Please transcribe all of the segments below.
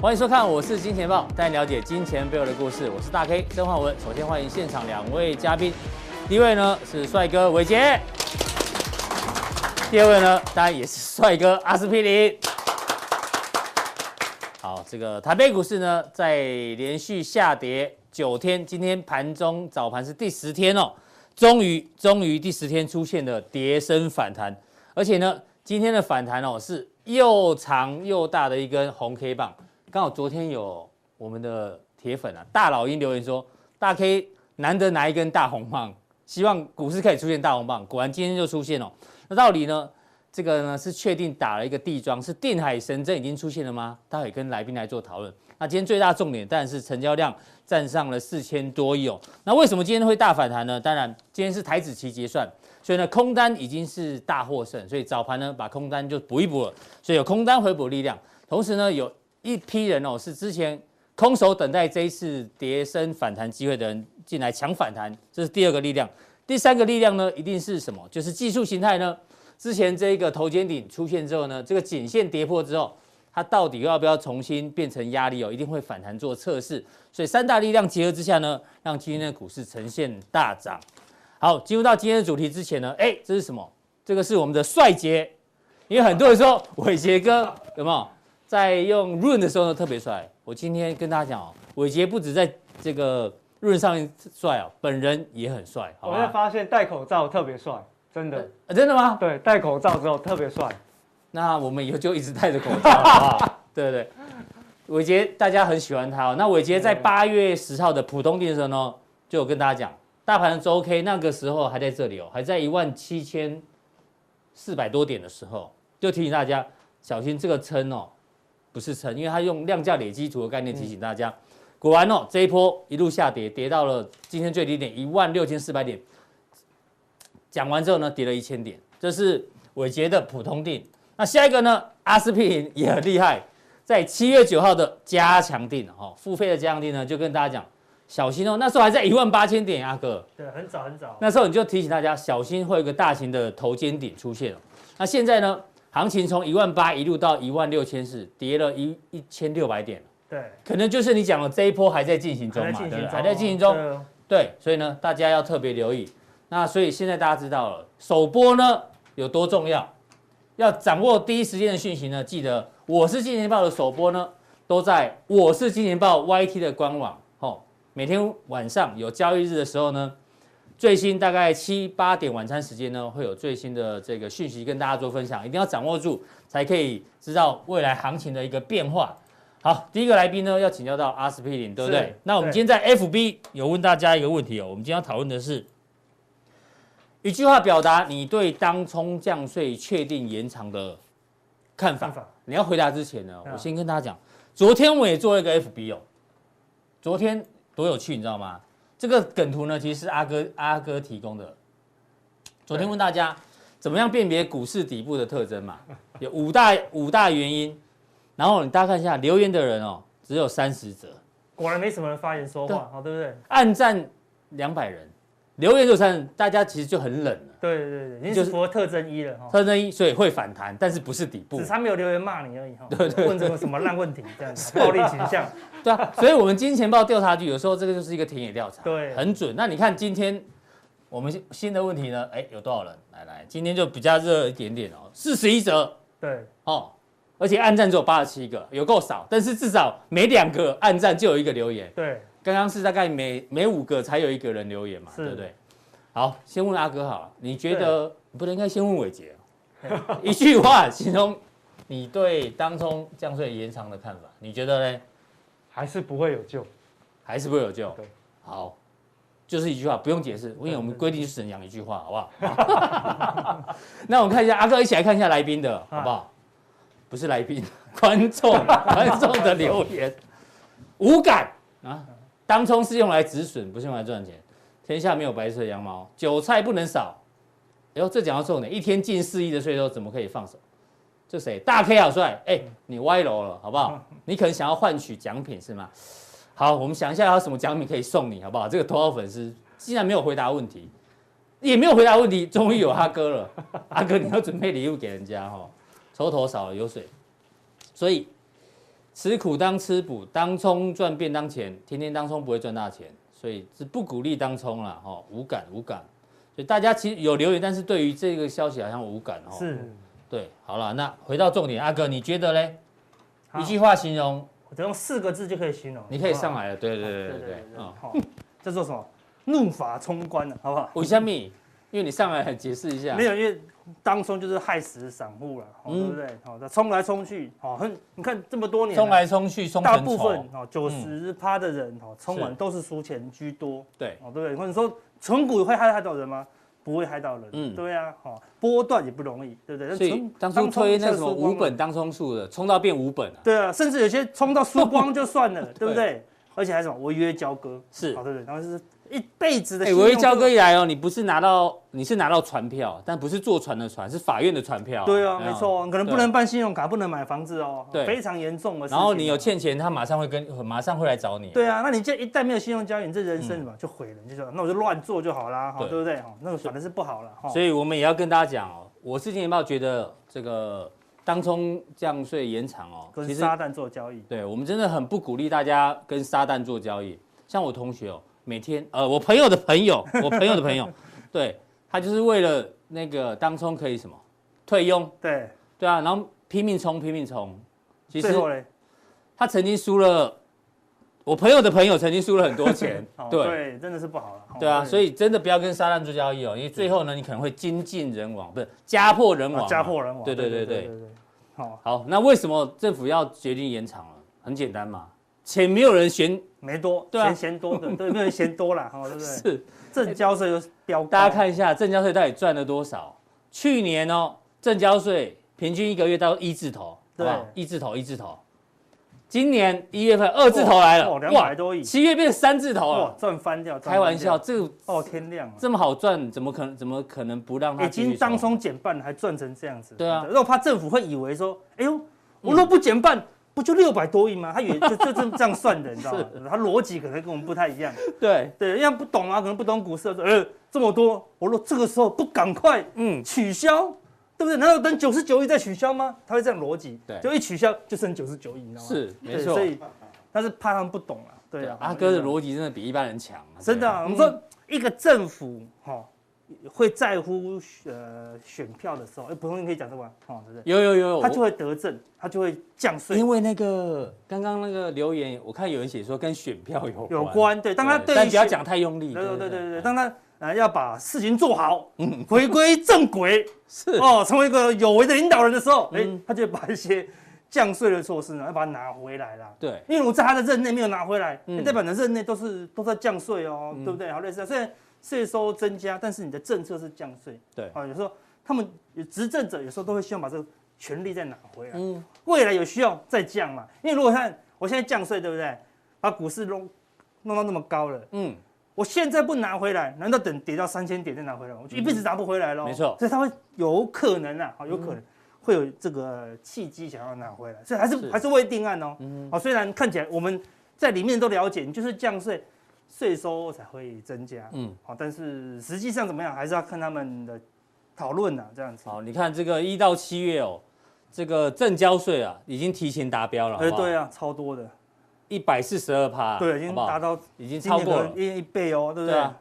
欢迎收看，我是金钱豹，带你了解金钱背后的故事。我是大 K 曾焕文。首先欢迎现场两位嘉宾，第一位呢是帅哥伟杰，第二位呢当然也是帅哥阿司匹林。好，这个台北股市呢在连续下跌九天，今天盘中早盘是第十天哦，终于终于第十天出现了跌升反弹，而且呢今天的反弹哦是又长又大的一根红 K 棒。刚好昨天有我们的铁粉啊，大老鹰留言说，大 K 难得拿一根大红棒，希望股市可以出现大红棒。果然今天就出现了、哦那到底呢？这个呢是确定打了一个地庄，是定海神针已经出现了吗？待会跟来宾来做讨论。那今天最大重点当然是成交量站上了四千多亿哦。那为什么今天会大反弹呢？当然，今天是台子期结算，所以呢空单已经是大获胜，所以早盘呢把空单就补一补了，所以有空单回补力量。同时呢，有一批人哦是之前空手等待这一次跌升反弹机会的人进来抢反弹，这是第二个力量。第三个力量呢，一定是什么？就是技术形态呢。之前这个头肩顶出现之后呢，这个颈线跌破之后，它到底要不要重新变成压力哦？一定会反弹做测试。所以三大力量结合之下呢，让今天的股市呈现大涨。好，进入到今天的主题之前呢，哎，这是什么？这个是我们的帅杰，因为很多人说伟杰哥有没有在用润的时候呢特别帅？我今天跟大家讲哦，伟杰不止在这个润上面帅哦，本人也很帅，好我才吧？发现戴口罩特别帅，真的。呃真的吗？对，戴口罩之后特别帅。那我们以后就一直戴着口罩，好不好？对不对？伟杰大家很喜欢他哦。那伟杰在对八月十号的浦东店的时候呢，哦就有跟大家讲，大盘的周 K 那个时候还在这里哦，还在一万七千四百多点的时候，就提醒大家小心这个撑哦，不是撑，因为他用量价累积图的概念提醒大家。果然哦，这一波一路下跌，跌到了今天最低点一万六千四百点。讲完之后呢，跌了一千点，这是伟杰的普通定。那下一个呢，阿司匹林也很厉害，在七月九号的加强定哦，付费的加强定呢，就跟大家讲小心哦，那时候还在一万八千点，阿哥，对，很早很早。那时候你就提醒大家小心会有一个大型的头肩顶出现哦。那现在呢，行情从一万八一路到一万六千四，跌了一一千六百点，对，可能就是你讲的这一波还在进行中还嘛，在对进不行对？中，还在进行中。哦对对，所以呢，大家要特别留意。那所以现在大家知道了，首播呢有多重要，要掌握第一时间的讯息呢，记得我是金钱豹的首播呢，都在我是金钱豹 YT 的官网哦。每天晚上有交易日的时候呢，最新大概七八点晚餐时间呢，会有最新的这个讯息跟大家做分享，一定要掌握住，才可以知道未来行情的一个变化。好，第一个来宾呢要请教到阿司匹林，对不对是？那我们对今天在 FB 有问大家一个问题哦，我们今天要讨论的是一句话表达你对当冲降税确定延长的看法啊看。法你要回答之前呢，嗯我先跟大家讲，昨天我也做了一个 FB 哦，昨天多有趣，你知道吗？这个梗图呢，其实是阿哥阿哥提供的。昨天问大家怎么样辨别股市底部的特征嘛，有五大 五大原因，然后你大家看一下留言的人哦，只有三十则，果然没什么人发言说对话，哦好，对不对？按赞两百人，留言就三，大家其实就很冷了。对对对对，就你是是符合特征一了哈，特征一，所以会反弹，但是不是底部只。差没有留言骂你而已哈。问这个什么烂问题这样子，暴力倾 向，对啊，所以我们金钱豹调查局有时候这个就是一个田野调查，对很准。那你看今天我们新新的问题呢？哎，有多少人？来来，今天就比较热一点点哦，四十一折对，哦，而且暗赞只有八十七个，有够少，但是至少每两个暗赞就有一个留言。对，刚刚是大概每每五个才有一个人留言嘛，是对不对？好，先问阿哥好了，你觉得你不能应该先问伟杰哦、一句话形容你对当冲降税延长的看法，你觉得呢？还是不会有救。哦还是不会有救对。好，就是一句话，不用解释，因为我们规定就只能讲一句话，好不好？ 那我们看一下阿哥，一起来看一下来宾的好不好？不是来宾， 观众观众的留言，无感啊！当冲是用来止损，不是用来赚钱。天下没有白吃的羊毛，韭菜不能少。哎呦，这讲到重点，一天进四亿的税收怎么可以放手？这谁？大 K 好帅，哎、你歪楼了，好不好？你可能想要换取奖品是吗？好，我们想一下还有什么奖品可以送你，好不好？这个头号粉丝竟然没有回答问题，也没有回答问题，终于有阿哥了。阿哥，你要准备礼物给人家哦，抽头少了有水。所以吃苦当吃补，当冲赚便当钱，天天当冲不会赚大钱，所以是不鼓励当冲啦，哦，无感无感。所以大家其实有留言，但是对于这个消息好像无感哦。是，对，好了，那回到重点，阿哥，你觉得嘞？好一句话形容，我只用四个字就可以形容。你可以上来。来了。对对对对对对对对，啊，好，这做什么？怒发冲冠了，好不好？为什么？因为你上来很解释一下没。有，因为当冲就是害死散户了，哦嗯对不对？好，那冲来冲去，好，很你看这么多年，冲来冲去，冲大成部仇嗯分。哦九十趴的人哦，冲完是都是输钱居多，对，哦，对不对？或者说纯股会害害到人吗？不会害到人，嗯对啊，哦，波段也不容易，对不对？那所以纯当初推那冲一下什么输光无了本当冲数的，冲到变无本啊。对啊，甚至有些冲到输 光就算了，对不对？而且还什么违约交割，哦是好对不对？然后就是一辈子的哎，信用违约交就割一来哦，你不是拿到，你是拿到船票，但不是坐船的船，是法院的船票。对啊，有没。错，可能不对能办信用卡，不能买房子哦，对非常严重的事情然啊。后你有欠钱，他马上会跟，马上会来找你。对啊，那你这一旦没有信用交易，你这人生什么就毁了，你就说那我就乱做就好啦，哈，对嗯对不对？哈，那个反正是不好了，哈。所以我们也要跟大家讲哦，我之前有没有觉得这个当冲降税延长哦，跟其实撒旦做交易，对我们真的很不鼓励大家跟撒旦做交易。像我同学哦，每天呃，我朋友的朋 友，我朋友的朋友，对他就是为了那个当冲可以什么退佣，对，对啊，然后拼命冲拼命冲。其实最后嘞，他曾经输了，我朋友的朋友曾经输了很多钱 哦，对。对，真的是不好了，哈对啊，所以真的不要跟撒旦做交易哦，因为最后呢，你可能会精尽人亡，不是家破人亡啊嘛。家破人亡，对对对对。对，哦好，好，那为什么政府要决定延长了？啊很简单嘛，钱没有人嫌没多，对啊嫌嫌多的， 对，没有人嫌多啦，哈，对不 对？是。正交税又飙高，大家看一下证交税到底赚了多少？去年哦，证交税平均一个月到一字头，好不好对一字头，一字头。今年一月份二字头来了，哇，两百多亿，七月变三字头哇了，，赚翻掉，赚开玩翻掉笑，，这个哦，天亮了。这么好赚，怎么可能怎么可能不让它已继续经当收中减半了还赚成这样子，对啊嗯那我怕政府会以为说，哎呦，我若不减半，不就六百多亿吗？他以为就就这这样 算的，你知道吗？他逻辑可能跟我们不太一样，对，对，人家不懂啊，可能不懂股市，说，呃，这么多，我若这个时候不赶快嗯，取消，对不对？难道等九十九亿再取消吗？他会这样逻辑，对就一取消就剩九十九亿，你知道吗？是对没错所。以他是怕他们不懂啊，对啊，阿哥的辑。逻辑真的比一般人强啊，真的啊、对啊我们说一个政府哈、哦会在乎呃选票的时候，哎，普通人可以讲这个吧，哦，对不对？有有有有，他就我会得政，他就会降税因为那个刚刚那个留言，我看有人写说跟选票有有，关。对，当他对但于不要选，讲太用力，对对对对对，对啊嗯当他呃要把事情做好，回归正轨，是哦，成为一个有为的领导人的时候，哎、嗯他就把一些降税的措施呢，要把它拿回来啦。对，因为我在他的任内没有拿回来，嗯那代表你的任内都是都在降税哦，对不对？好，类似这样虽然税收增加，但是你的政策是降税。对啊，有时候他们执政者有时候都会希望把这个权力再拿回来，嗯，未来有需要再降嘛？因为如果看我现在降税，对不对？把股市弄弄到那么高了，嗯，我现在不拿回来，难道等跌到三千点再拿回来吗？我就一辈子拿不回来嗯喽。没错所以他会有可能啊，好有可能会有这个契机想要拿回来，所以还是是嗯还是未定案哦。好，虽然看起来我们在里面都了解，你就是降税，税收才会增加。嗯嗯，好，但是实际上怎么样，还是要看他们的讨论呐，这样子。好，你看这个一到七月哦，这个正交税啊已经提前达标了，哎，对啊，啊，超多的，一百四十二趴，对，啊好已经不达好到已经今超年过可了能，一一倍哦，对不对对？啊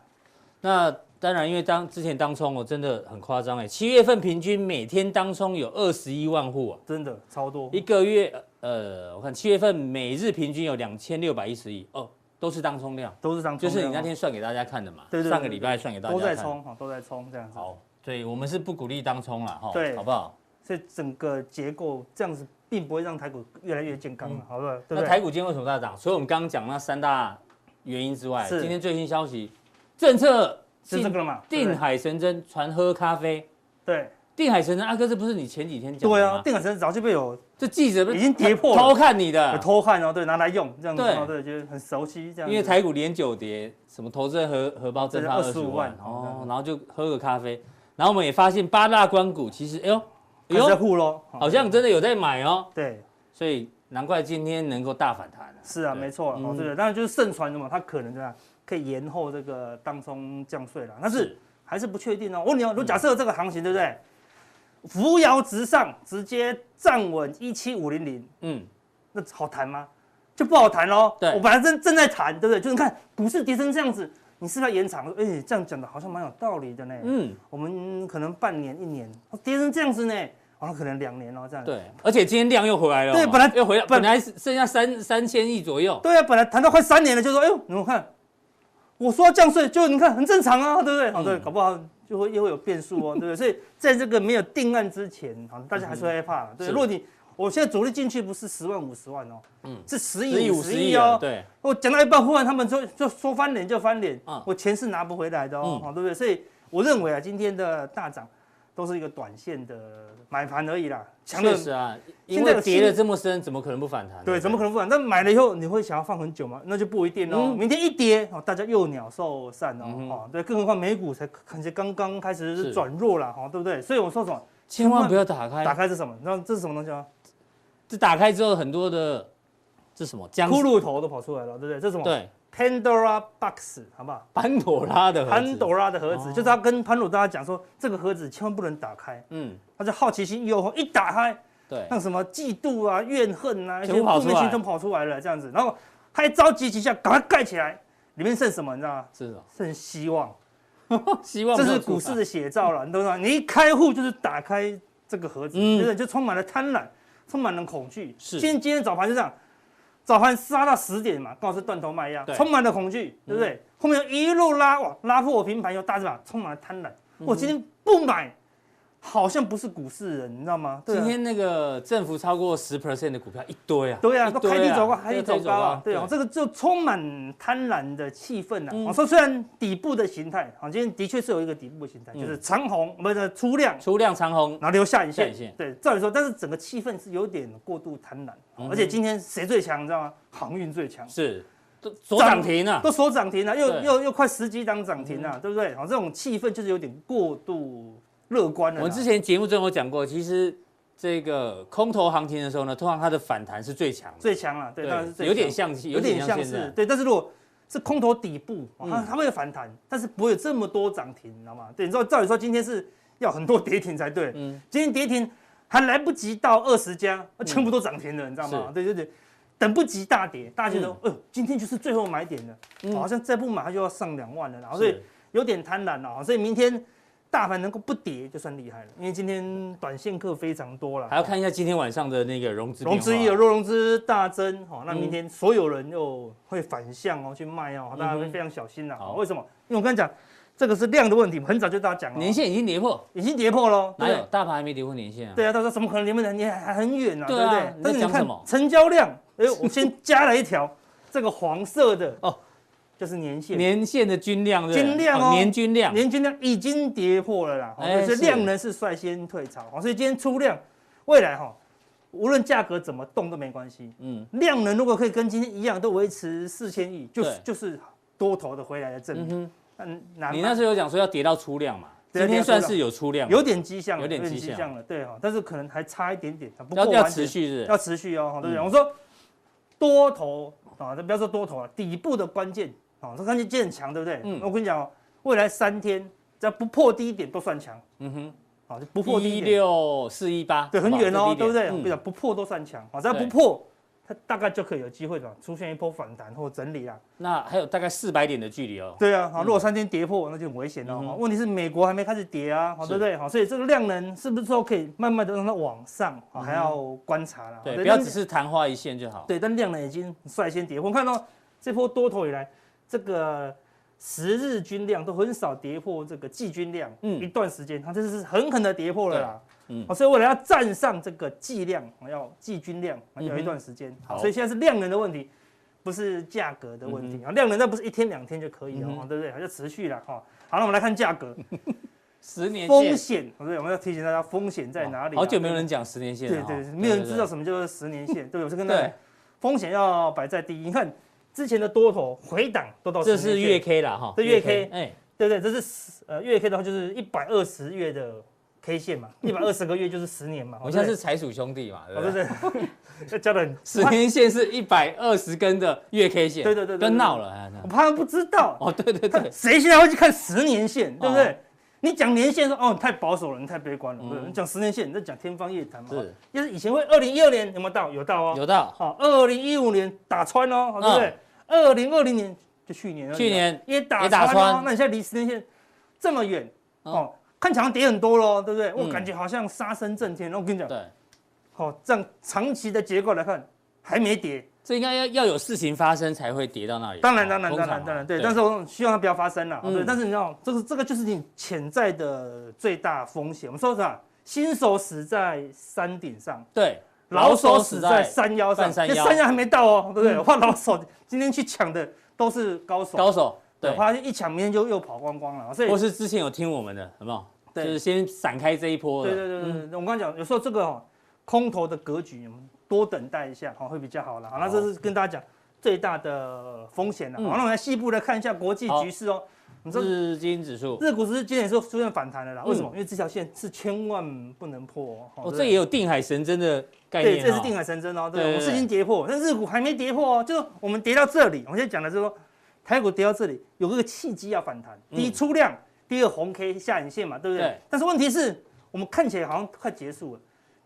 那当然，因为当之前当冲哦，真的很夸张哎，七月份平均每天当冲有二十一万户啊。真的超多一，个月，呃，我看七月份每日平均有两千六百一十亿哦，都是当冲量，都是这样冲就的哦，是你那天算给大家看的嘛，对对对上个礼拜算给大家都看，在冲，哈，都在冲这样子。好，对我们是不鼓励当冲啦，哈，对好不好？所以整个结构这样子，并不会让台股越来越健康了，好不好？对嗯不那对？台股今天为什么大涨？除了我们刚刚讲那三大原因之外，是今天最新消息，政策是这进个了嘛？对不定对海神针传喝咖啡，对定海神针，阿哥这不是你前几天讲对的啊吗，？定海神早就被有这记者不是已经跌破了偷看你的有，偷看哦，对，拿来用这样子，对哦对，就是很熟悉这样子。因为台股连九跌，什么投资人荷荷包蒸发二对十25五万万哦，嗯然后就喝个咖啡，然后我们也发现八大关股其实哎呦哎还是在呦，护喽，哦好像真的有在买哦，对，所以难怪今天能够大反弹啊。是啊，对没错，哦嗯对的，当然就是盛传的嘛，它可能对吧，可以延后这个当中降税了，但是还是不确定哦。我问你哦，如果嗯假设这个行情对不对，扶摇直上，直接站稳一七五零零，嗯，那好谈吗？就不好谈喽。对我本来正正在谈，对不对？就是你看股市跌成这样子，你是不是要延长？哎、这样讲的好像蛮有道理的呢。嗯，我们可能半年、一年，哦跌成这样子呢，完了可能两年哦，这样。对，而且今天量又回来了嘛，对本来又回来，本本来剩下三三千亿左右，对啊，本来谈到快三年了，就说，哎呦，你们看，我说要降税，就你看很正常啊，对不对？好、嗯对，搞不好就会又会有变数哦，对不对？所以在这个没有定案之前，好，大家还是会害怕。对，是如果你我现在主力进去不是十万五十万哦，嗯，是十十亿亿五五十十亿亿了，哦。对，我讲到一半，忽然他们就就说翻脸就翻脸，嗯我钱是拿不回来的哦，嗯好对不对？所以我认为啊，今天的大涨都是一个短线的买盘而已啦，强的确实啊，现因在有为跌了这么深，怎么可能不反弹呢？对，怎么可能不敢？但买了以后，你会想要放很久吗？那就不一定哦。嗯明天一跌，哦，大家又鸟兽散哦。嗯哼哦，对，更何况美股才感觉刚刚开始是转弱了，哦，对不对？所以我说什么？千万不要打开，打开是什么？你知道这是什么东西吗？这打开之后很多的，这什么僵骷尸？髅头都跑出来了，对不对？这是什么？对， ，Pandora Box，好不好？潘朵拉的盒子潘，朵拉的盒子，哦就是他跟潘朵拉讲说，这个盒子千万不能打开，嗯，他就好奇心诱惑，一打开，对，那什么嫉妒啊、怨恨啊，一些全部跑负出面来情绪跑出来了，这样子，然后他一着急几下，赶快盖起来，里面剩什么？你知道吗？是的，剩希望，希望这没有是触股发市的写照了，你懂吗？你一开户就是打开这个盒子，嗯对不对？就充满了贪婪，充满了恐惧。是今天今天早盘就这样，早盘杀到十点嘛，刚好是断头卖压，对嗯充满了恐惧，对不对？后面又一路拉哇，拉破我平盘以后，大字马充满了贪婪。嗯我今天不买，好像不是股市人，你知道吗？对啊今天那个振幅超过十 percent 的股票一堆啊，对啊，一都堆开低走高，开低对走高啊，对啊，对这个就充满贪婪的气氛啊呐。嗯我说虽然底部的形态，哦好，今天的确是有一个底部的形嗯态，就是长红，不是出量，出量长红，然后留下影下线影线。对，照理说，但是整个气氛是有点过度贪婪，嗯哼而且今天谁最强，你知道吗？航运最强。是，都左涨停啊，都锁涨停了，又对嗯又又快十几档涨停啊了，对不对？好，这种气氛就是有点过度乐观了啦。我们之前节目中有讲过，其实这个空头行情的时候呢，通常它的反弹是最强的，最强了，对，当然是最有点强像，有有点点像像现在是，对，但是如果是空头底部，哦它嗯它会有反弹，但是不会有这么多涨停，你知道吗？对，你知道照理说今天是要很多跌停才对，嗯今天跌停还来不及到二十家，全嗯部都涨停了，你知道吗？对对对，等不及大跌，大家觉得，哎呦，今天就是最后买点了，哦嗯好像再不买它就要上两万了，然后是所以有点贪婪了，所以明天。大盘能够不跌就算厉害了，因为今天短线客非常多了，还要看一下今天晚上的那个融资融资有有若融资大增，好，那嗯明天所有人又会反向哦去卖哦，大家嗯会哼非常小心啦。好为什么？因为我刚才讲，这个是量的问题，很早就大家讲了，年线已经跌破，已经跌破了，哪对不有哦对？大盘还没跌破年线啊？对啊，他说怎么可能离不能？你还还很远啊，对对不啊对你在？但是你讲看什么成交量，哎，我先加了一条这个黄色的 哦哦，就是年限，年线的均量对不对均量哦年均量年均量已经跌破了啦，哎哦所以是量能是率先退潮，哦所以今天出量，未来哈，无论价格怎么动都没关系，嗯量能如果可以跟今天一样，都维持四千亿，就是对就是多头的回来的证嗯明。哼，嗯，难你那吗时候有讲说要跌到出量嘛，对啊今天算是有出量嘛，有点迹象了，有点迹象了，对哈，但是可能还差一点点，不过要要完全持续是不是要持续哦，对不嗯对？我说多头啊，这不要说多头了，底部的关键啊，这关键键很强，对不对？嗯我跟你讲哦，未来三天只要不破低点都算强嗯哼，啊，就不破低一点，六四一八，对，很好不好远哦，对不对？我这低跟你点嗯讲，不破都算强啊，只要不对破，它大概就可以有机会的出现一波反弹或整理啦。啊那还有大概四百点的距离哦，对啊，好，如果三天跌破，那就很危险了、嗯哼哦。问题是美国还没开始跌啊，好，是对不对？好，所以这个量能是不是说可以慢慢的让它往上，好还要观察啦。嗯哦对，不要但只是昙花一现就好。对，但量能已经率先跌破。我看到这波多头以来，这个十日均量都很少跌破这个季均量，嗯一段时间它这是狠狠的跌破了啦。对嗯好，所以为了要站上这个季量，哦要季均量，要一段时间。嗯好所以现在是量能的问题，不是价格的问题啊。量能那不是一天两天就可以了，嗯哦对不对？它就持续了哈。好，那我们来看价格十年风线哦险，哦对不对？我们要提醒大家风险在哪里啊？好久没有人讲十年线对了哦，对，没有人知道什么叫做十年线，对不对？我是跟大家对，风险要摆在第一。你看之前的多头回档都到这10是哦年线月 K 啦哈，这月 K 哦哎，对不对？这是十呃月 K 的话就是一百二十月的 K 线嘛，一百二十个月就是 十年嘛。我现在是财鼠兄弟嘛，对哦，不对对？不对？ 要教的很 十天线是一百二十根的月 K 线，对对对对对跟闹了，哎我怕他们不知道， 哦，对对对，谁现在会去看十年线，对不对？你讲年限说哦，你太保守了，你太悲观了。对不对，哦嗯你讲十年线，你在讲天方夜谭嘛。是要是以前会二零一二年有没有到？有到哦。有到好，二零一五年打穿哦，好对不对？二零二零年就去年而已哦，嗯去年也打也打穿哦穿。那你现在离十年线这么远嗯哦，看起来好像跌很多喽，对不对？我嗯感觉好像杀声震天。我跟你讲，对，好，这样长期的结构来看，还没跌。这应该要要有事情发生才会跌到那里。当然，当然，通当常啊然，嘛当然，对。但是我希望它不要发生了。嗯对，但是你知道，这个这个就是你潜在的最大风险。我们说啥？新手死在山顶上，对，老手死在山山腰上，半山腰嗯这山腰还没到哦，对不对？我怕老手今天去抢的都是高手，高手，对，对我，怕一抢明天就又跑光光了。所以或，是之前有听我们的，有没有？对就是先闪开这一波的。对对对对嗯，对，我刚刚讲，有时候这个哦，空头的格局，我们多等待一下，好会比较好了。好，那这是跟大家讲最大的风险了。嗯好，那我们来细部来看一下国际好局势哦。我们说日经指数，日股是今天也是出现反弹的啦，嗯为什么？因为这条线是千万不能破哦哦。哦，对这也有定海神针的概对，念。这是定海。海神针哦，对，哎对对我们是已经跌破，但日股还没跌破哦，就是我们跌到这里，我们现在讲的是说，台股跌到这里有个契机要反弹，嗯第一出量，第二红 K 下影线嘛，对不对对？但是问题是我们看起来好像快结束了，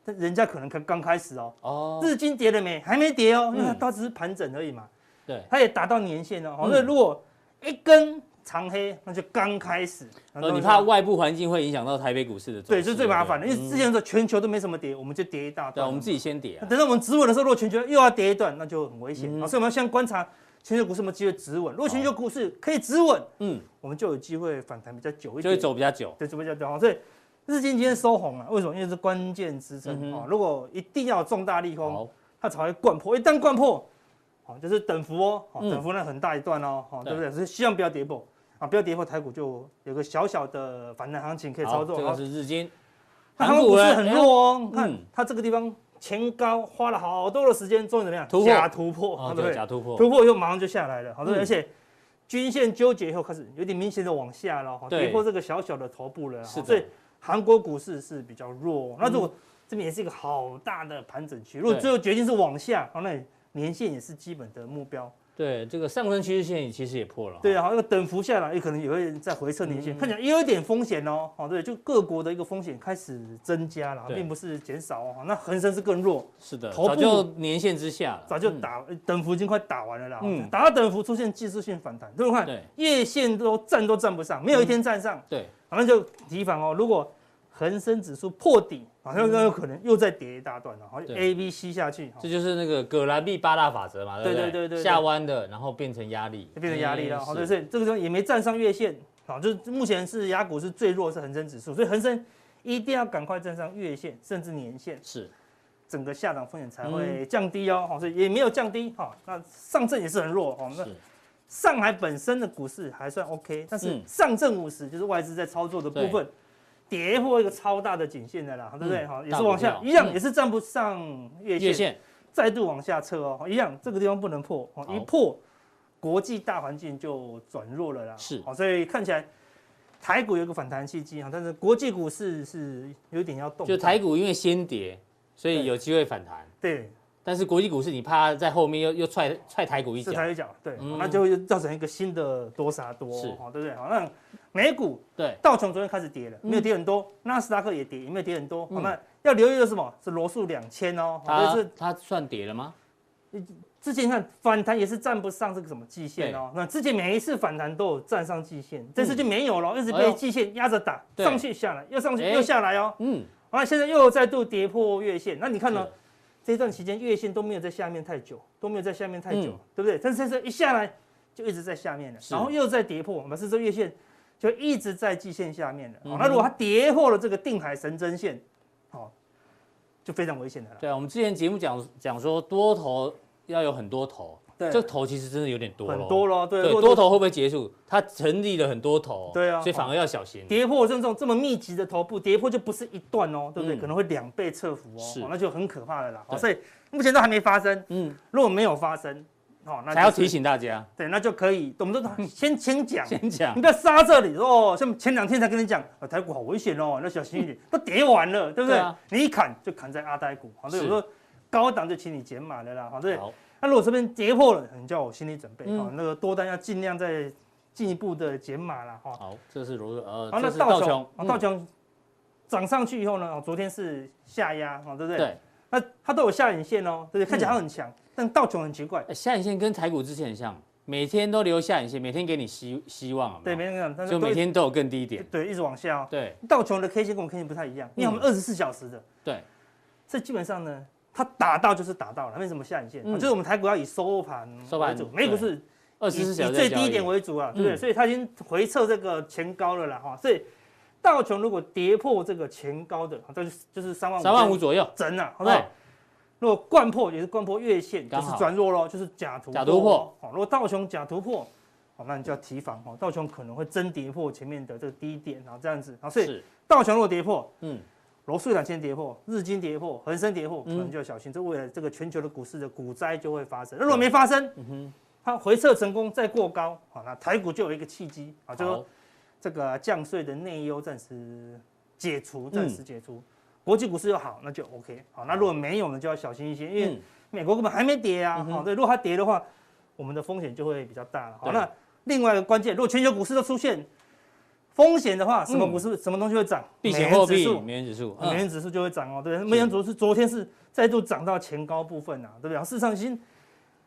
但人家可能刚刚开始哦，哦，日经跌了没？还没跌哦，因为它嗯它只是盘整而已嘛，对，它也达到年线哦，好嗯所以如果一根长黑，那就刚开始，呃，你怕外部环境会影响到台北股市的走势。对，这是最麻烦的，对嗯因不为对之前说全球都没什么跌，我们就跌一大嗯对啊，段我嘛们自己先跌啊那。等到我们止稳的时候，如果全球又要跌一段，那就很危险、嗯哦啊所以我们要先观察全球股市有没有机会止稳。如果全球股市可以止稳，嗯，我们就有机会反弹比较久一点，就会走比较久。对，走比较久。啊所以日经今天收红了、为什么？因为是关键支撑嗯哼啊、哦如果一定要有重大利空，好，它才会灌破。一旦灌破，好、就是等幅哦，好、嗯等幅那很大一段哦，好、对不对？所以希望不要跌破啊，不要跌破，台股就有个小小的反弹行情可以操好，作。这好个是日经。那韩国股市很弱哦，哎看嗯它这个地方前高花了好多的时间，终于怎么样？突破假突破，哦，对不对，对？假突破。突破以后马上就下来了，好对不对，嗯而且均线纠结以后开始有点明显的往下了，对跌破这个小小的头部了，是的嗯所以韩国股市是比较弱。那如果这边也是一个好大的盘整区，如果对最后决定是往下，好，那你年线也是基本的目标。对，这个上升趋势线其实也破了哦。对啊，好，那个等幅下来，也可能也会再回撤嗯年线，看起来也有一点风险哦。好，对，就各国的一个风险开始增加了，对并不是减少哦。那恒生是更弱，是的，头部早就年线之下了，早就嗯。打呃等幅已经快打完了啦。嗯打到等幅出现技术性反弹，对不对？对嗯月线都站都站不上，没有一天站上，对，好，那就提防哦。如果恒生指数破底，好像那有可能又再跌一大段了，好嗯像对 A、B、C 下去，好这就是那个葛兰碧八大法则嘛，对不对对？对对对对下弯的，然后变成压力，就变成压力了。嗯好，对，所以这个地方也没站上月线，好，就是目前是雅股是最弱，是恒生指数，所以恒生一定要赶快站上月线，甚至年线，是整个下档风险才嗯会降低哦。好，所以也没有降低，好，那上证也是很弱，哦，那是，上海本身的股市还算 OK，但是嗯上证五十就是外资在操作的部分，跌破一个超大的颈线的啦，对不对？嗯好，也大是股往下票，一嗯样也是站不上月月线，线再度往下撤哦，一样这个地方不能破哦，好一破国际大环境就转弱了啦。哦是好，所以看起来台股有一个反弹契机啊，但是国际股市是有点要动荡，就台股因为先跌，所以对有机会反弹，对但是国际股市你怕在后面又又踹踹台股一是脚，台一脚，对，哦嗯那就会造成一个新的多杀多是哦，对不对？好，那美股对，道琼昨天开始跌了，嗯没有跌很多，纳斯达克也跌，也没有跌很多。好，那要留意的是什么？是罗素两千哦，好它就是它算跌了吗？之前你看反弹也是站不上这个什么季线哦。那之前每一次反弹都有站上季线，这次就没有了，一直嗯哎被呦季线压着打，对上去下来，又上去哎又下来哦。嗯，好，那现在又再度跌破月线，那你看呢哦是？这段期间月线都没有在下面太久，都没有在下面太久嗯，对不对？但是这一下来就一直在下面了，是然后又在跌破，表示这月线就一直在季线下面了。嗯哦哼那如果它跌破了这个定海神针线，哦，就非常危险的了。对啊，我们之前节目讲讲说多头要有很多头，对这头其实真的有点多很咯多咯，对，对如果多头会不会结束？它成立了很多头，对啊所以反而要小心。跌破这种这么密集的头部，跌破就不是一段哦，对不对？嗯可能会两倍侧幅哦是哦，那就很可怕的啦。哦对所以目前都还没发生，嗯，如果没有发生，哦，那才要就是提醒大家，对，那就可以，我们 都先先讲，先讲你不要杀这里哦。像前两天才跟你讲，啊台股好危险哦，要小心一 点，都跌完了，对不对对？啊你一砍就砍在阿呆股，哦好，对，我是说高档就请你减码的啦，好，对。好，那如果这边跌破了，你就要有心理准备，嗯好，那个多单要尽量在进一步的减码哦了哈。好，这是如呃，好，这那是道道琼琼，，嗯啊道琼涨上去以后呢，哦，昨天是下压，哦，对不对？。对，嗯那它都有下影线哦，对不对？看起来好像很强，但道琼很奇怪，哎下影线跟台股之前很像，每天都留下影线，每天给你希希望，有没对，有没人讲，但是就都每天都有更低点。对一直往下哦。对嗯道琼的 K 线跟我们 K 线不太一样，因为我们二十四小时的，对，这基本上呢，它打到就是打到了，没什么下影线，嗯啊就是我们台股要以收盘收盘为主，美股是二以十四小时以在最交低易点为主啊，对不对？嗯所以它已经回撤这个前高了啦，哈，哦所以道琼如果跌破这个前高的，啊这就是就是三万三万五左右，哎整啊，好不好对？，如果贯破也是贯破月线，就刚是好转弱喽，就是假突假突破咯。哦，如果道琼假突破，哦，那你就要提防哦，道琼可能会真跌破前面的这个低点，哦然后这样子，然后所以是，道琼如果跌破，嗯，罗素两千跌破，日经跌破，恒生跌破，可嗯能就要小心，这未来这个全球的股市的股灾就会发生。那如果没发生，嗯它回撤成功再过高，好，那台股就有一个契机啊，就说好，这个降税的内忧暂时解除，暂嗯时解除。国际股市又好，那就 OK。好，那如果没有呢，就要小心一些，因为嗯，美国根本还没跌啊，嗯哼好、对，如果它跌的话，我们的风险就会比较大了。好，对那另外一个关键，如果全球股市都出现风险的话，什么股市、什么东西会涨？嗯避险美元货指币，数美元指数，美嗯，元指数就会涨哦，对，美元指数昨天是再度涨到前高部分啊，对不对？市场已经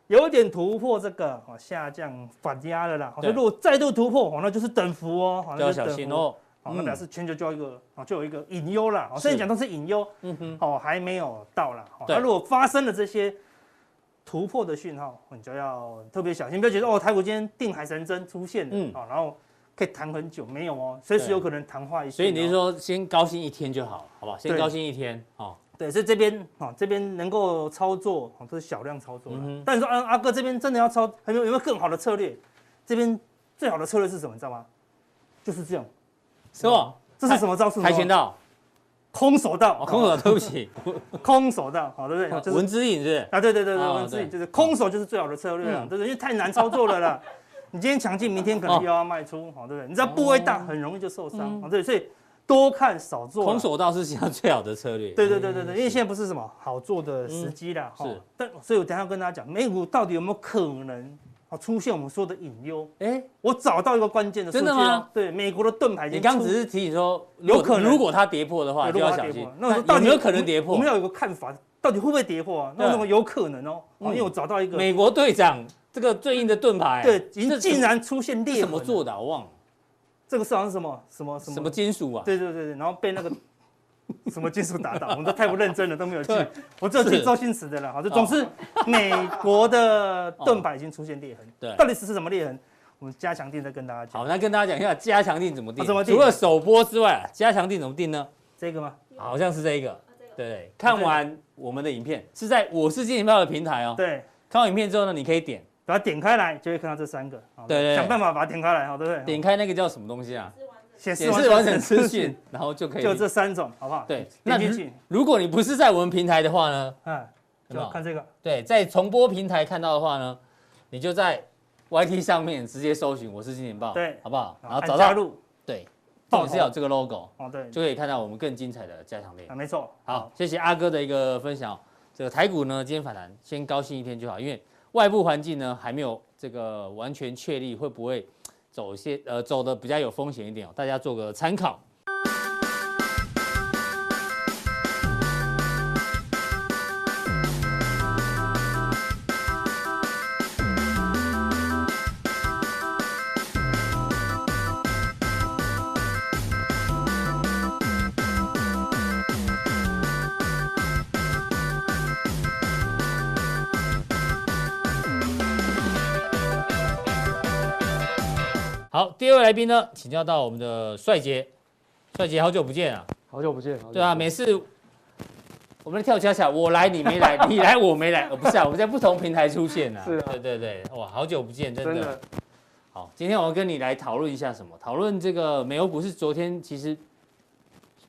有一点突破这个哦下降反压了啦，好，对所以如果再度突破，哦，那就是等幅哦，好，就要那就是小等心幅。哦。好，那嗯表示全球就有一个哦，就有一个隐忧啦。哦，所以是讲都是隐忧，嗯哼，哦，还没有到啦。哦，对那如果发生了这些突破的讯号，你就要特别小心，不要觉得哦，台股今天定海神针出现了，嗯哦，然后可以谈很久，没有哦，随时对有可能昙花一现。所以你是哦说先高兴一天就好了，好不好？先对高兴一天，哦，对，所以这边哦，这边能够操作哦，都是小量操作啦嗯哼但你说啊阿阿哥这边真的要操，还有没有有没有更好的策略？这边最好的策略是什么？你知道吗？就是这样，是不？这嗯是什么招数？跆拳道，道，空手道，哦，空手，对不起，空手道，好，对不对？ 就是文之影是啊，对对对对，哦文字对就是空手就是最好的策略嗯，了哦对不对？因为太难操作 了啦，你今天抢进，明天可能又要卖出，好，对不对？你知道部位大，很容易就受伤，好，对，所以多看少不做是，啦，哦嗯空手道是现在最好的策略。对对对对对，因为现在不是什么好做的时机啦，嗯哈、是但所以我等一下要跟大家讲，美股到底有没有可能啊出现我们说的隐忧？哎，我找到一个关键的数据、哦，真的吗？对，美国的盾牌已你经刚出只是提醒说，有可能如果它跌破的话，对就如要果它小跌心破。那我说但到有底没有可能跌破我们？要有个看法，到底会不会跌破啊？对那为什么有可能哦？嗯哦因为我找到一个，美国队长这个最硬的盾牌，对，已这经竟然出现这裂怎痕了么做？的啊？我忘了这个是好像是什么什么什么什么金属啊？对对对对，然后被 那个什么金属打倒，我们都太不认真了，都没有记对。我只有记是哦周星驰的了。好，就总 之，美国的盾牌已经出现裂痕。对到底是什么裂痕？我们加强定再跟大家讲。好，那跟大家讲一下加强定怎么定。啊怎么定除了首播之外，加强定怎么定呢？这个吗？好像是这一个，啊这个对啊对。看完我们的影片是在我是金钱豹的平台哦。对，看完影片之后呢，你可以点把它点开来，就会看到这三个。好对对想办法把它点开来，好，对不对？点开那个叫什么东西啊？显显示示完整资 讯，，然后就可以就这三种，好不好？对。那点进如去，如果你不是在我们平台的话呢？嗯，有没有就看这个。对，在重播平台看到的话呢，你就在 YT 上面直接搜寻“我是金钱豹”，对好不好？然后按找加到入。对，爆重点是要有这个 logo，哦，对，就可以看到我们更精彩的加强练。啊，没错。好，，谢谢阿哥的一个分享哦。这个台股呢，今天反弹，先高兴一天就好，因为外部环境呢还没有这个完全确立，会不会走一些呃走的比较有风险一点哦，大家做个参考。好，第二位来宾呢，请教到我们的帅杰，帅杰好久不见啊，好久不见。好久不见对啊，每次我们跳恰恰，我来你没来，你来我没来，呃，不是啊，我们在不同平台出现啊，是啊对对对，哇，好久不见，真的。真的好，今天我要跟你来讨论一下什么？讨论这个美国股市。昨天其实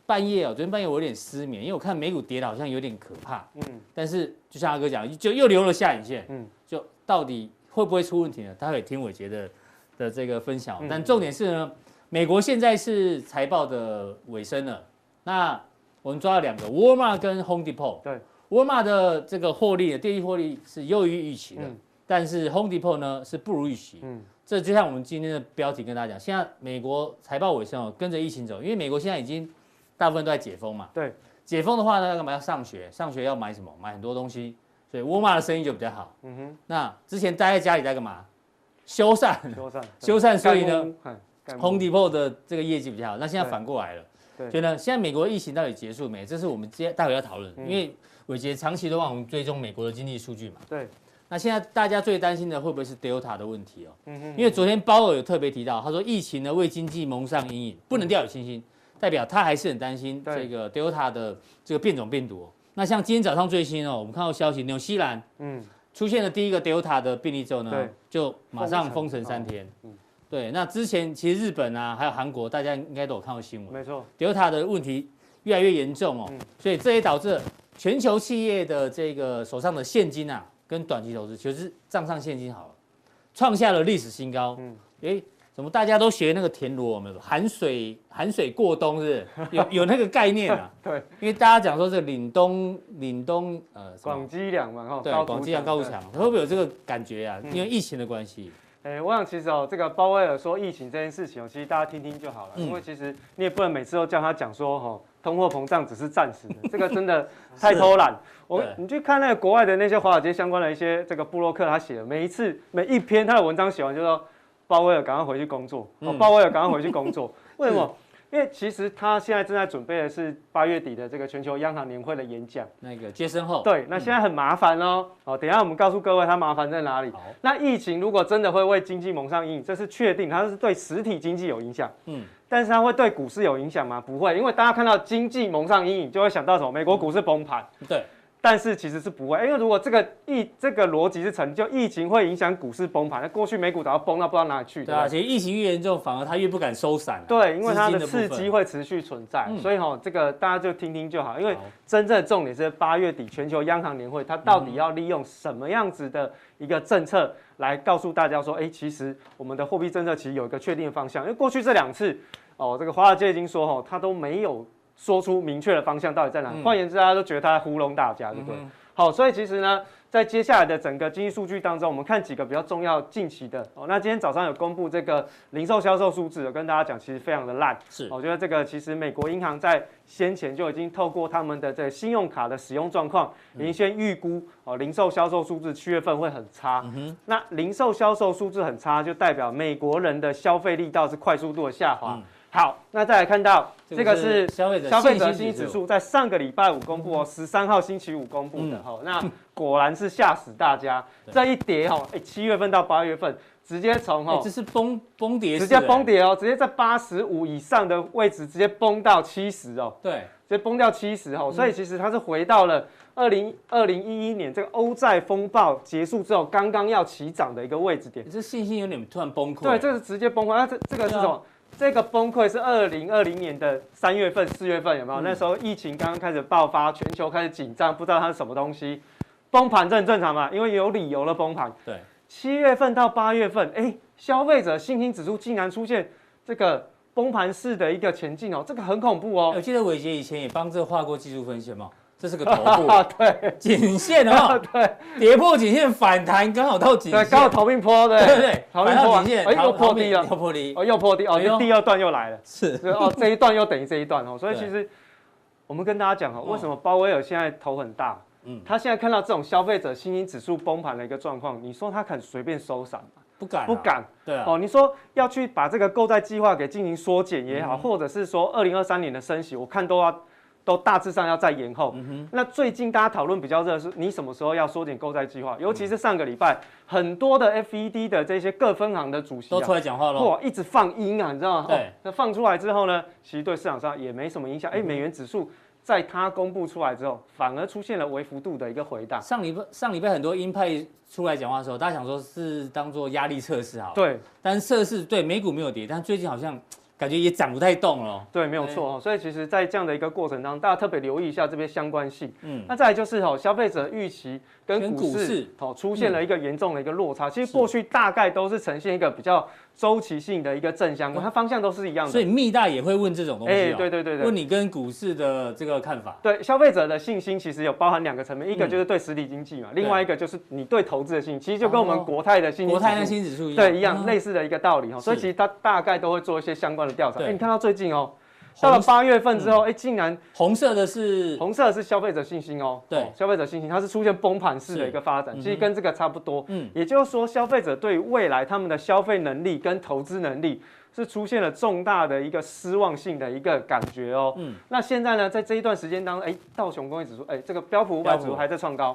半夜哦，昨天半夜我有点失眠，因为我看美股跌的好像有点可怕，嗯，但是就像阿哥讲，就又留了下影线，嗯嗯，就到底会不会出问题呢？待会听伟杰的的这个分享哦。嗯但重点是呢，美国现在是财报的尾声了，那我们抓了两个，Walmart 跟 Home Depot。对，Walmart 的这个获利，第一获利是优于预期的。嗯但是 Home Depot 呢是不如预期。嗯，这就像我们今天的标题跟大家讲，现在美国财报尾声哦，跟着疫情走，因为美国现在已经大部分都在解封嘛。对，解封的话呢，要干嘛？要上学，上学要买什么？买很多东西，所以沃尔玛的生意就比较好。嗯哼，那之前待在家里在干嘛？修缮。 修缮，修缮所以呢呢， Home 红 Depot 的这个业绩比较好，那现在对反过来了，对所以呢，现在美国疫情到底结束没？这是我们接待会要讨论，嗯因为伟杰长期都帮我们追踪美国的经济数据嘛。对，那现在大家最担心的会不会是 Delta 的问题哦？嗯哼，因为昨天鲍尔有特别提到，他说疫情呢为经济蒙上阴影，不能掉以轻心，代表他还是很担心对这个 Delta 的这个变种病毒哦、那像今天早上最新哦，我们看到消息，纽西兰嗯，出现了第一个 Delta 的病例之后呢对，就马上封封城城三天。哦嗯对，那之前其实日本啊，还有韩国，大家应该都有看到新闻没错， ，Delta 的问题越来越严重哦，嗯所以这也导致了全球企业的这个手上的现金啊，跟短期投资，其实账上现金好了，创下了历史新高。嗯，诶，怎么大家都学那个田螺？有没有寒水寒水过冬是不是？有 有那个概念啊？ 对，因为大家讲说这个岭东岭东呃什么广积粮嘛，哈，对，哦高广筑济阳墙高筑对墙会不会有这个感觉啊？嗯因为疫情的关系，哎，我想其实哦，这个鲍威尔说疫情这件事情哦，其实大家听听就好了，嗯因为其实你也不能每次都叫他讲说哦，通货膨胀只是暂时的， 这个真的太偷懒。我对你去看那个国外的那些华尔街相关的一些这个布洛克，他写的每一次每一篇他的文章写完就说鲍威尔赶快回去工作，哦嗯，鲍威尔赶快回去 工作，为什么？因为其实他现在正在准备的是八月底的这个全球央行年会的演讲。那个接生后，对，那现在很麻烦哦。哦，等一下我们告诉各位它麻烦在哪里好。那疫情如果真的会为经济蒙上阴影，这是确定，它是对实体经济有影响。嗯，但是它会对股市有影响吗？不会，因为大家看到经济蒙上阴影，就会想到什么？美国股市崩盘。对，但是其实是不会，因为如果这个疫这个逻辑是成就，疫情会影响股市崩盘。那过去美股早就崩到不知道哪里去，对啊，吧其实疫情越严重，反而他越不敢收伞啊。对，因为它的资金刺部分激，会持续存在，嗯所以哈、这个大家就听听就好。因为好真正的重点是八月底全球央行年会，它到嗯底要利用什么样子的一个政策来告诉大家说，哎，其实我们的货币政策其实有一个确定的方向。因为过去这两次，哦，这个华尔街已经说哈、它都没有说出明确的方向到底在哪。嗯换言之，大家都觉得它在糊弄大家，对嗯不对？哼好，所以其实呢，在接下来的整个经济数据当中，我们看几个比较重要近期的哦。那今天早上有公布这个零售销售数字，有跟大家讲，其实非常的烂。哦是我觉得这个其实美国银行在先前就已经透过他们的这个信用卡的使用状况，已经先预估哦零售销售数字七月份会很差。那零售销售数字很差，就代表美国人的消费力道是快速度的下滑。嗯好，那再来看到这个是消费者消费者信信心心指，数在上个礼拜五公布哦，十三号星期五公布的嗯哈、哦，那果然是吓死大家， 对这一跌哈、哦，哎，七月份到八月份直接从哈、哎哦这是崩崩跌，直接崩，跌哦，直接在八十五以上的位置直接崩到七十哦，对，直接崩掉七十哦，嗯所以其实它是回到了二零二零一一年这个欧债风暴结束之后刚刚要起涨的一个位置点。这信心有点突然崩溃。对，这是直接崩溃。那这这个是对啊什么？这个崩溃是二零二零年的三月份、四月份，有没有？嗯那时候疫情刚刚开始爆发，全球开始紧张，不知道它是什么东西。崩盘这很正常嘛，因为有理由了崩盘。对，七月份到八月份，哎，消费者信心指数竟然出现这个崩盘式的一个前进哦，这个很恐怖哎哦。我记得伟杰以前也帮这个画过技术分析嘛，这是个头部 啊对颈线哦， 对跌破颈线反弹，刚好到颈对，线，刚好逃命坡对对对对，逃反命到坡完颈线，哎，逃又破低了逃，又破低，哦，又破低哦，哎呦这第二段又来了。是对 哦，这一段又等于这一段哦，所以对其实我们跟大家讲哦，嗯为什么鲍威尔现在头很大？嗯嗯，他现在看到这种消费者信心指数崩盘的一个状况，你说他肯随便收伞吗？不敢啊不，敢对啊，哦。你说要去把这个购债计划给进行缩减也嗯好，或者是说二零二三年的升息，我看都要都大致上要再延后。嗯那最近大家讨论比较热的是，你什么时候要缩减购债计划？尤嗯其是上个礼拜，很多的 FED 的这些各分行的主席都啊出来讲话喽，哇，一直放音啊，你知道吗？哦对哦那放出来之后呢，其实对市场上也没什么影嗯响。哎，美元指数在它公布出来之后，反而出现了微幅度的一个回档。上礼拜上礼拜很多鹰派出来讲话的时候，大家想说是当做压力测试好了，对但是测试对美股没有跌，但最近好像感觉也涨不太动了哦。对，没有错哦。所以其实，在这样的一个过程当中，大家特别留意一下这边相关性。嗯，那再来就是哦，消费者预期跟跟股股市嗯市哦出现了一个严重的一个落差。其实过去大概都是呈现一个比较周期性的一个正相关，它方向都是一样的。所以密大也会问这种东西、哦，哎对对对对问你跟股市的这个看法，对消费者的信心其实有包含两个层面，嗯一个就是对实体经济嘛，另外一个就是你对投资的信心，其实就跟我们国泰的信心指数、哦国泰跟新指数一样，嗯对一样、类似的一个道理哦哈。所以是其实它大概都会做一些相关的调查。对嗯哎，你看到最近哦，到了八月份之后，哎，竟然红色的是红色是消费者信心哦，对哦消费者信心它是出现崩盘式的一个发展，其实跟这个差不多。嗯嗯，也就是说，消费者对未来他们的消费能力跟投资能力是出现了重大的一个失望性的一个感觉哦。嗯嗯，那现在呢，在这一段时间当中，哎，道琼工业指数，哎，这个标普五标百普指数还在创高，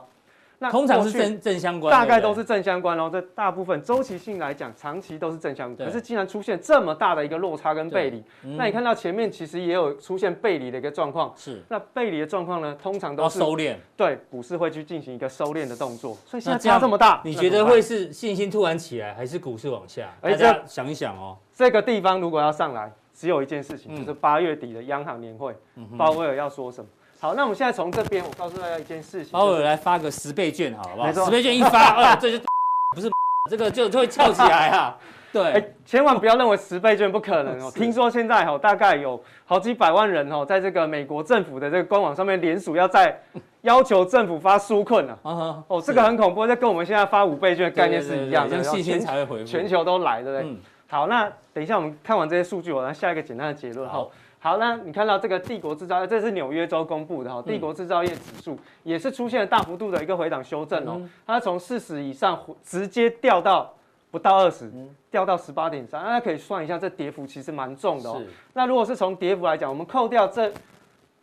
那通常是过去正正相关，大概对不都对是正相关哦，这大部分周期性来讲，长期都是正相对嗯关。可是竟然出现这么大的一个落差跟背离，那你看到前面其实也有出现背离的一个状况。是那背离的状况呢，通常要都是哦收敛。对股市会去进行一个收敛的动作，所以现在那这样差这么大，你那觉怎得么办会是信心突然起来，还是股市往下？大哎家想一想哦。这个地方如果要上来，只有一件事嗯情，就是八月底的央行年会，鲍威尔要说什么？好，那我们现在从这边，我告诉大家一件事情，鲍尔来发个十倍券，好不好？没错十倍券一发， 哦，这就 不是这个就就会翘起来啊。哎对，，千万不要认为十倍券不可 能哦！听说现在哦，大概有好几百万人哦，在这个美国政府的这个官网上面联署，要在要求政府发纾困 啊！哦哦，这个很恐怖，这跟我们现在发五倍券的概念是一样的，这样然后信心全才会回复。全球都来，对不对？嗯好，那等一下我们看完这些数据，我来下一个简单的结论哈好。好，那你看到这个帝国制造业，这是纽约州公布的嗯哈，帝国制造业指数也是出现了大幅度的一个回档修正哦，嗯它从四十以上回直接掉到不到二十，嗯掉到十八点三，大家可以算一下，这跌幅其实蛮重的哦是。那如果是从跌幅来讲，我们扣掉这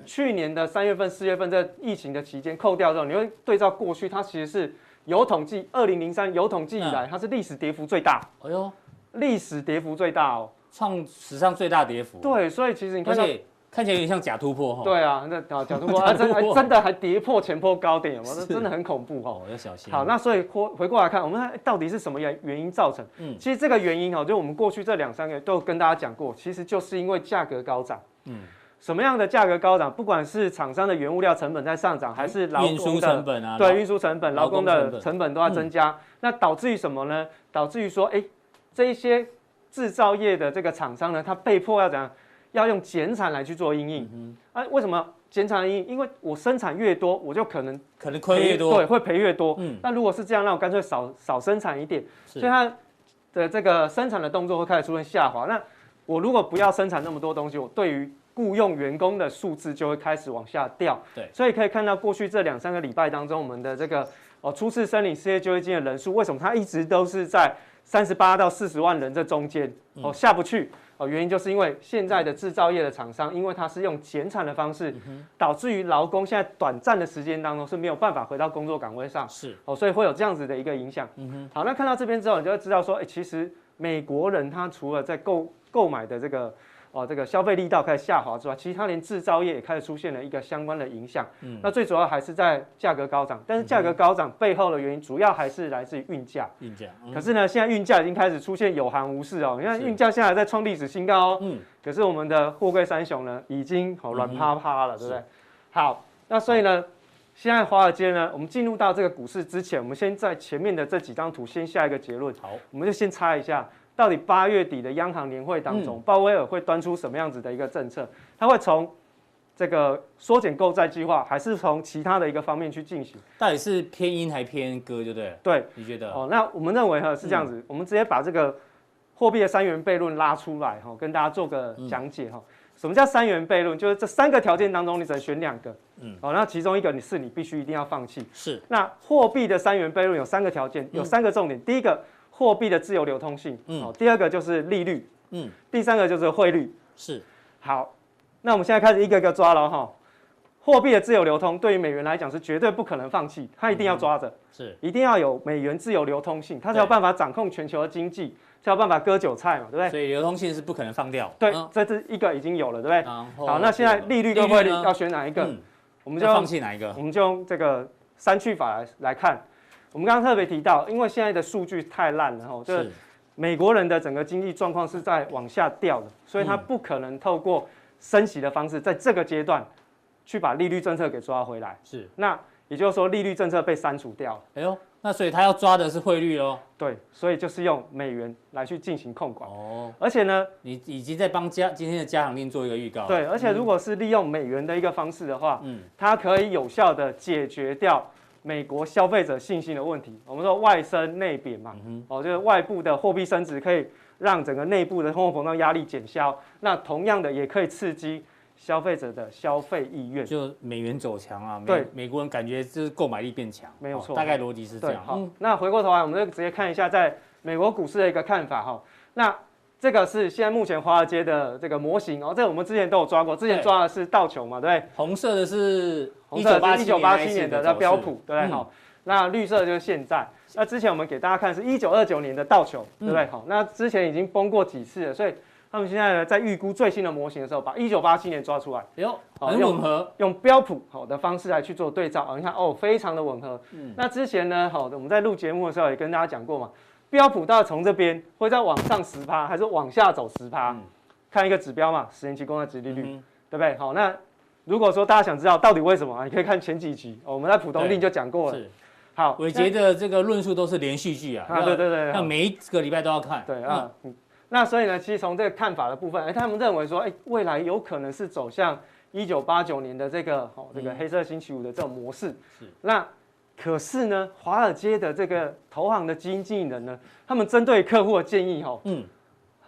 去年的三月份、四月份这疫情的期间扣掉之后，你会对照过去，它其实是有统计，二零零三有统计以来，它是历史跌幅最大，哎呦，历史跌幅最大哦。创史上最大跌幅。，对，所以其实你而看到，且看起来有点像假突破哈。哦对啊，那啊， 假如说啊，真还真的还跌破前波高点，有没有？这真的很恐怖哦。哦，要小心。好，那所以回回过来看，我们看到底是什么原原因造成？嗯其实这个原因哦，就我们过去这两三个月都有跟大家讲过，其实就是因为价格高涨。嗯嗯，什么样的价格高涨？不管是厂商的原物料成本在上涨，还是劳哎运工输的成本啊，对运输成本、劳劳工工成的本嗯成本都要增加，那导致于什么呢？导致于说，哎，这一些制造业的这个厂商呢，他被迫要怎样？要用减产来去做应嗯应。啊，为什么减产应应？因为我生产越多，我就可能可能亏越多。对，会赔越多。嗯那如果是这样，那我干脆少少生产一点，是所以它的这个生产的动作会开始出现下滑。那我如果不要生产那么多东西，我对于雇佣员工的数字就会开始往下掉。对所以可以看到过去这两三个礼拜当中，我们的这个哦初次申领失业就业金的人数，为什么它一直都是在三十八到四十万人这中间哦下不去？哦，原因就是因为现在的制造业的厂商，因为它是用减产的方式，导致于劳工现在短暂的时间当中是没有办法回到工作岗位上，是哦，所以会有这样子的一个影响。嗯哼，好，那看到这边之后，你就会知道说，哎、其实美国人他除了在购购买的这个哦这个消费力道开始下滑之外，其实他连制造业也开始出现了一个相关的影响。嗯，那最主要还是在价格高涨，但是价格高涨背后的原因主要还是来自于运价。运价。嗯可是呢，现在运价已经开始出现有行无市哦。你看是运价现在还在创历史新高哦。嗯可是我们的货柜三雄呢，已经好软趴趴了，对不对？好，那所以呢，现在华尔街呢，我们进入到这个股市之前，我们先在前面的这几张图先下一个结论。好，我们就先猜一下，到底八月底的央行年会当嗯中，鲍威尔会端出什么样子的一个政策？他会从这个缩减购债计划，还是从其他的一个方面去进行？到底是偏阴还偏歌，对不对？对，你觉得？哦，那我们认为哈是这样子，我们直接把这个货币的三元悖论拉出来哈，跟大家做个讲解哈。什么叫三元悖论？就是这三个条件当中，你只能选两个。嗯嗯，哦，那其中一个你是你必须一定要放弃。是那货币的三元悖论有三个条件，有三个重点。第一个，货币的自由流通性。嗯嗯，哦，第二个就是利率。嗯嗯，第三个就是汇率。是，好，那我们现在开始一个一个抓了哈。货币的自由流通对于美元来讲是绝对不可能放弃，它一定要抓着。是一定要有美元自由流通性，它才有对办法掌控全球的经济，才有办法割韭菜嘛，对不对？所以流通性是不可能放掉。哎对嗯，哦这是一个已经有了，对不对？然后好，那现在利率跟汇率呢要选哪一个？嗯我我们们就就放用弃哪一个？我们就用这个删去法来来看。我们刚刚特别提到，因为现在的数据太烂了哈，就是是美国人的整个经济状况是在往下掉的，所以嗯他不可能透过升息的方式，在这个阶段去把利率政策给抓回来。是那也就是说利率政策被删除掉了。哎呦，那所以他要抓的是汇率哦喽。对，所以就是用美元来去进行控管。哦，而且呢，你已经在帮家今天的家行令做一个预告。对，，而且如果是利用美元的一个方式的话，嗯它可以有效的解决掉美国消费者信心的问题。我们说外升内贬嘛，哦，就是外部的货币升值可以让整个内部的通货膨胀压力减消，那同样的也可以刺激消费者的消费意愿。就美元走强啊，美对美国人感觉就是购买力变强，没有哦错大概逻辑是这对，样。嗯好，，那回过头来，我们就直接看一下在美国股市的一个看法哈。那这个是现在目前华尔街的这个模型哦，这个我们之前都有抓过，之前对抓的是道琼嘛，对不对？红色的是红色1987是一九八七那一次年的走那势标普，对不嗯对？好，那绿色就是现在。那之前我们给大家看是一九二九年的道琼，对不嗯对？好，那之前已经崩过几次了，所以他们现在呢在预估最新的模型的时候，把一九八七年抓出来，哎呦，好很用吻合，用标普好的方式来去做对照啊、哦你看哦，非常的吻合。嗯那之前呢，好的，我们在录节目的时候也跟大家讲过嘛，标普到底从这边会再往上十趴，还是往下走十趴？嗯看一个指标嘛，十年期公债殖利率，嗯对不对？好，那如果说大家想知道到底为什么啊，你可以看前几集，哦我们在普通对令就讲过了。是好，伟杰的这个论述都是连续剧啊，啊，要对对对，那好每一个礼拜都要看。对嗯啊，嗯那所以呢，其实从这个看法的部分，哎，他们认为说，哎，未来有可能是走向一九八九年的这个哦，这个黑色星期五的这种模式。嗯是那可是呢，华尔街的这个投行的基金经理人呢，他们针对客户的建议，哦，嗯，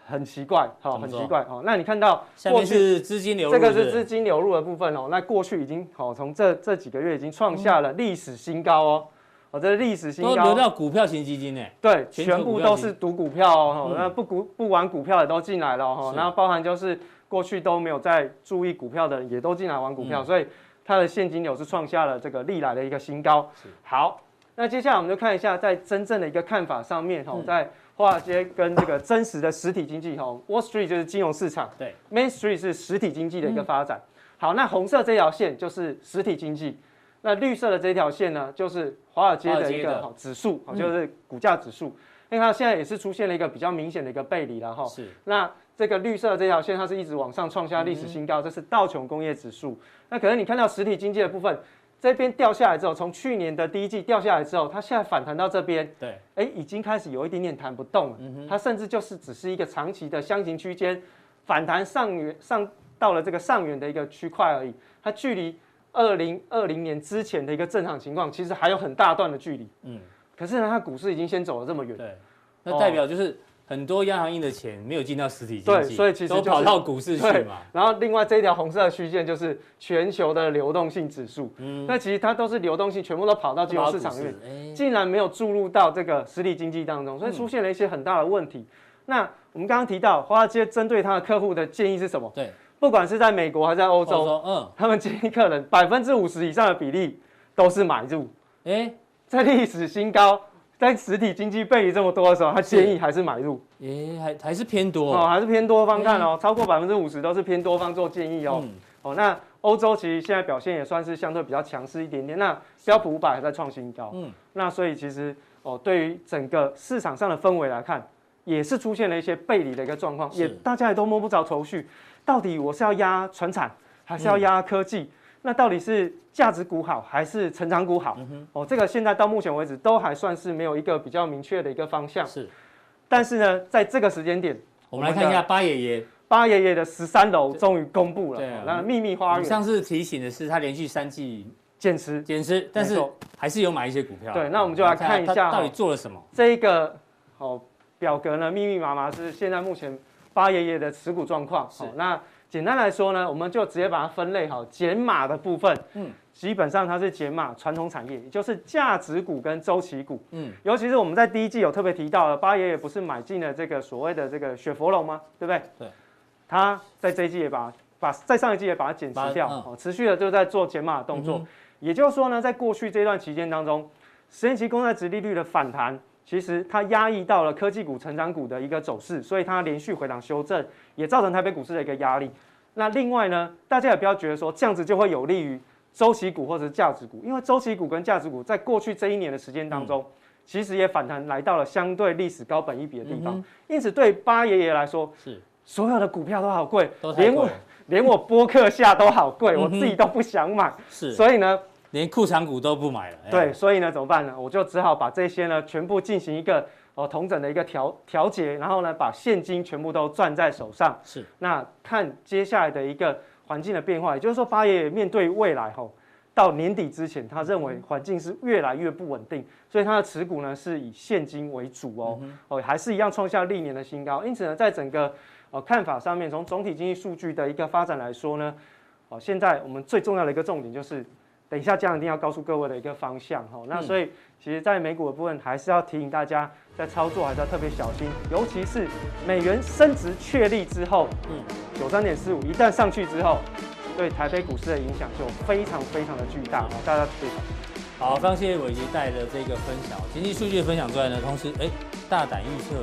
很奇怪，怎哈、么很说奇怪，哦。那你看到下过面去是资金流入，这个是不资金流入的部分哦，那过去已经好，哦从这这几个月已经创下了历史新高哦，哦，这是历史新嗯都高，流到股票型基金呢。对，全全球股部票都型是赌股票哦，嗯那不股不玩股票的都进来了哦，是然后包含就是过去都没有在注意股票的人也都进来玩股嗯票，所以它的现金流是创下了这个历来的一个新高是。好，那接下来我们就看一下在真正的一个看法上面哦嗯，在华尔街跟这个真实的实体经济哦，Wall Street 就是金融市场，对嗯，Main Street 是实体经济的一个发展。好，那红色这条线就是实体经济，那绿色的这条线呢，就是华尔街的华一尔街个的好指数，好就是股价指数。因为它现在也是出现了一个比较明显的一个背离了哈。是嗯那这个绿色的这条线，它是一直往上创下历史新嗯高，这是道琼工业指数。那可能你看到实体经济的部分，这边掉下来之后，从去年的第一季掉下来之后，它现在反弹到这边，对，嗯哎，已经开始有一点点弹不动了。它甚至就是只是一个长期的箱型区间反弹上缘上到了这个上缘的一个区块而已，它距离二零二零年之前的一个正常情况，其实还有很大段的距离。嗯，可是呢，它股市已经先走了这么远。对，那代表就是很多央行印的钱没有进到实体经对济，所以其实都就是跑到股市去对嘛。，然后另外这一条红色的区间就是全球的流动性指数，嗯那其实它都是流动性全部都跑到金融市场里面，面，竟然没有注入到这个实体经济当中，嗯所以出现了一些很大的问题。那我们刚刚提到，华尔街针对他的客户的建议是什么？对，不管是在美国还是在欧欧洲，洲，嗯，他们建议客人百分之五十以上的比例都是买入，哎在历史新高，在实体经济背离这么多的时候，他建议还是买入哎，还还是偏多哦，哦，还是偏多方看哦，超过百分之五十都是偏多方做建议哦。嗯哦，那欧洲其实现在表现也算是相对比较强势一点点，那标普五百还在创新高，嗯那所以其实哦，对于整个市场上的氛围来看，也是出现了一些背离的一个状况，是也大家也都摸不着头绪，到底我是要压船产，还是要压科嗯技？那到底是价值股好还是成长股好？嗯哦，这个现在到目前为止都还算是没有一个比较明确的一个方向。是。但是呢，在这个时间点，我们来看一下八爷爷，八爷爷的十三楼终于公布了，对啊哦那秘密我花们园上次提醒的是他连续三季减持减持，但是没错还是有买一些股票。对那我们就来看一下他哦到底做了什么。这一个哦表格呢，密密麻麻是现在目前八爷爷的持股状况。是好、那简单来说呢，我们就直接把它分类好，减码的部分，嗯嗯，基本上它是减码传统产业，也就是价值股跟周期股。嗯，尤其是我们在第一季有特别提到的，八爷爷不是买进了这个所谓的这个雪佛龙吗？对不对？对。他在这一季也把把在上一季也把它减把持掉，嗯哦，持续的就在做减码的动作。嗯哼也就是说呢，在过去这段期间当中，十年期公债殖利率的反弹，其实它压抑到了科技股、成长股的一个走势，所以它连续回档修正，也造成台北股市的一个压力。那另外呢，大家也不要觉得说这样子就会有利于周期股或者是价值股，因为周期股跟价值股在过去这一年的时间当中，嗯其实也反弹来到了相对历史高本一比的地方。嗯因此，对八爷爷来说，是所有的股票都好贵都，太连贵我了连我播客下都好贵，我自己嗯都不想买。是，所以呢，连裤长股都不买了。哎对，，所以呢怎么办呢？我就只好把这些呢全部进行一个哦同整的一个调调节，然后呢把现金全部都攥在手上。是那看接下来的一个环境的变化，也就是说八爷也面对未来吼，到年底之前，他认为环境是越来越不稳定，所以他的持股呢是以现金为主嗯哦，哦还是一样创下历年的新高。因此呢，在整个呃看法上面，从总体经济数据的一个发展来说呢，哦现在我们最重要的一个重点就是。等一下，江一定要告诉各位的一个方向嗯哈。那所以，其实，在美股的部分，还是要提醒大家，在操作还是要特别小心，尤其是美元升值确立之后，嗯，九三点四五一旦上去之后，对台北股市的影响就非常非常的巨大啊！大家注意。好，非常谢谢伟杰带的这个分享，经济数据的分享之外呢，同时哎，大胆预测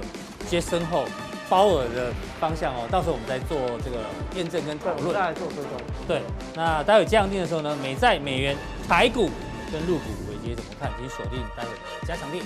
接身后鲍尔的方向哦，到时候我们再做这个验证跟讨我们论。再来做追踪。对，那待会降定的时候呢，美债、美元、台股跟陆股，伟杰怎么看？请锁定待会的加强定。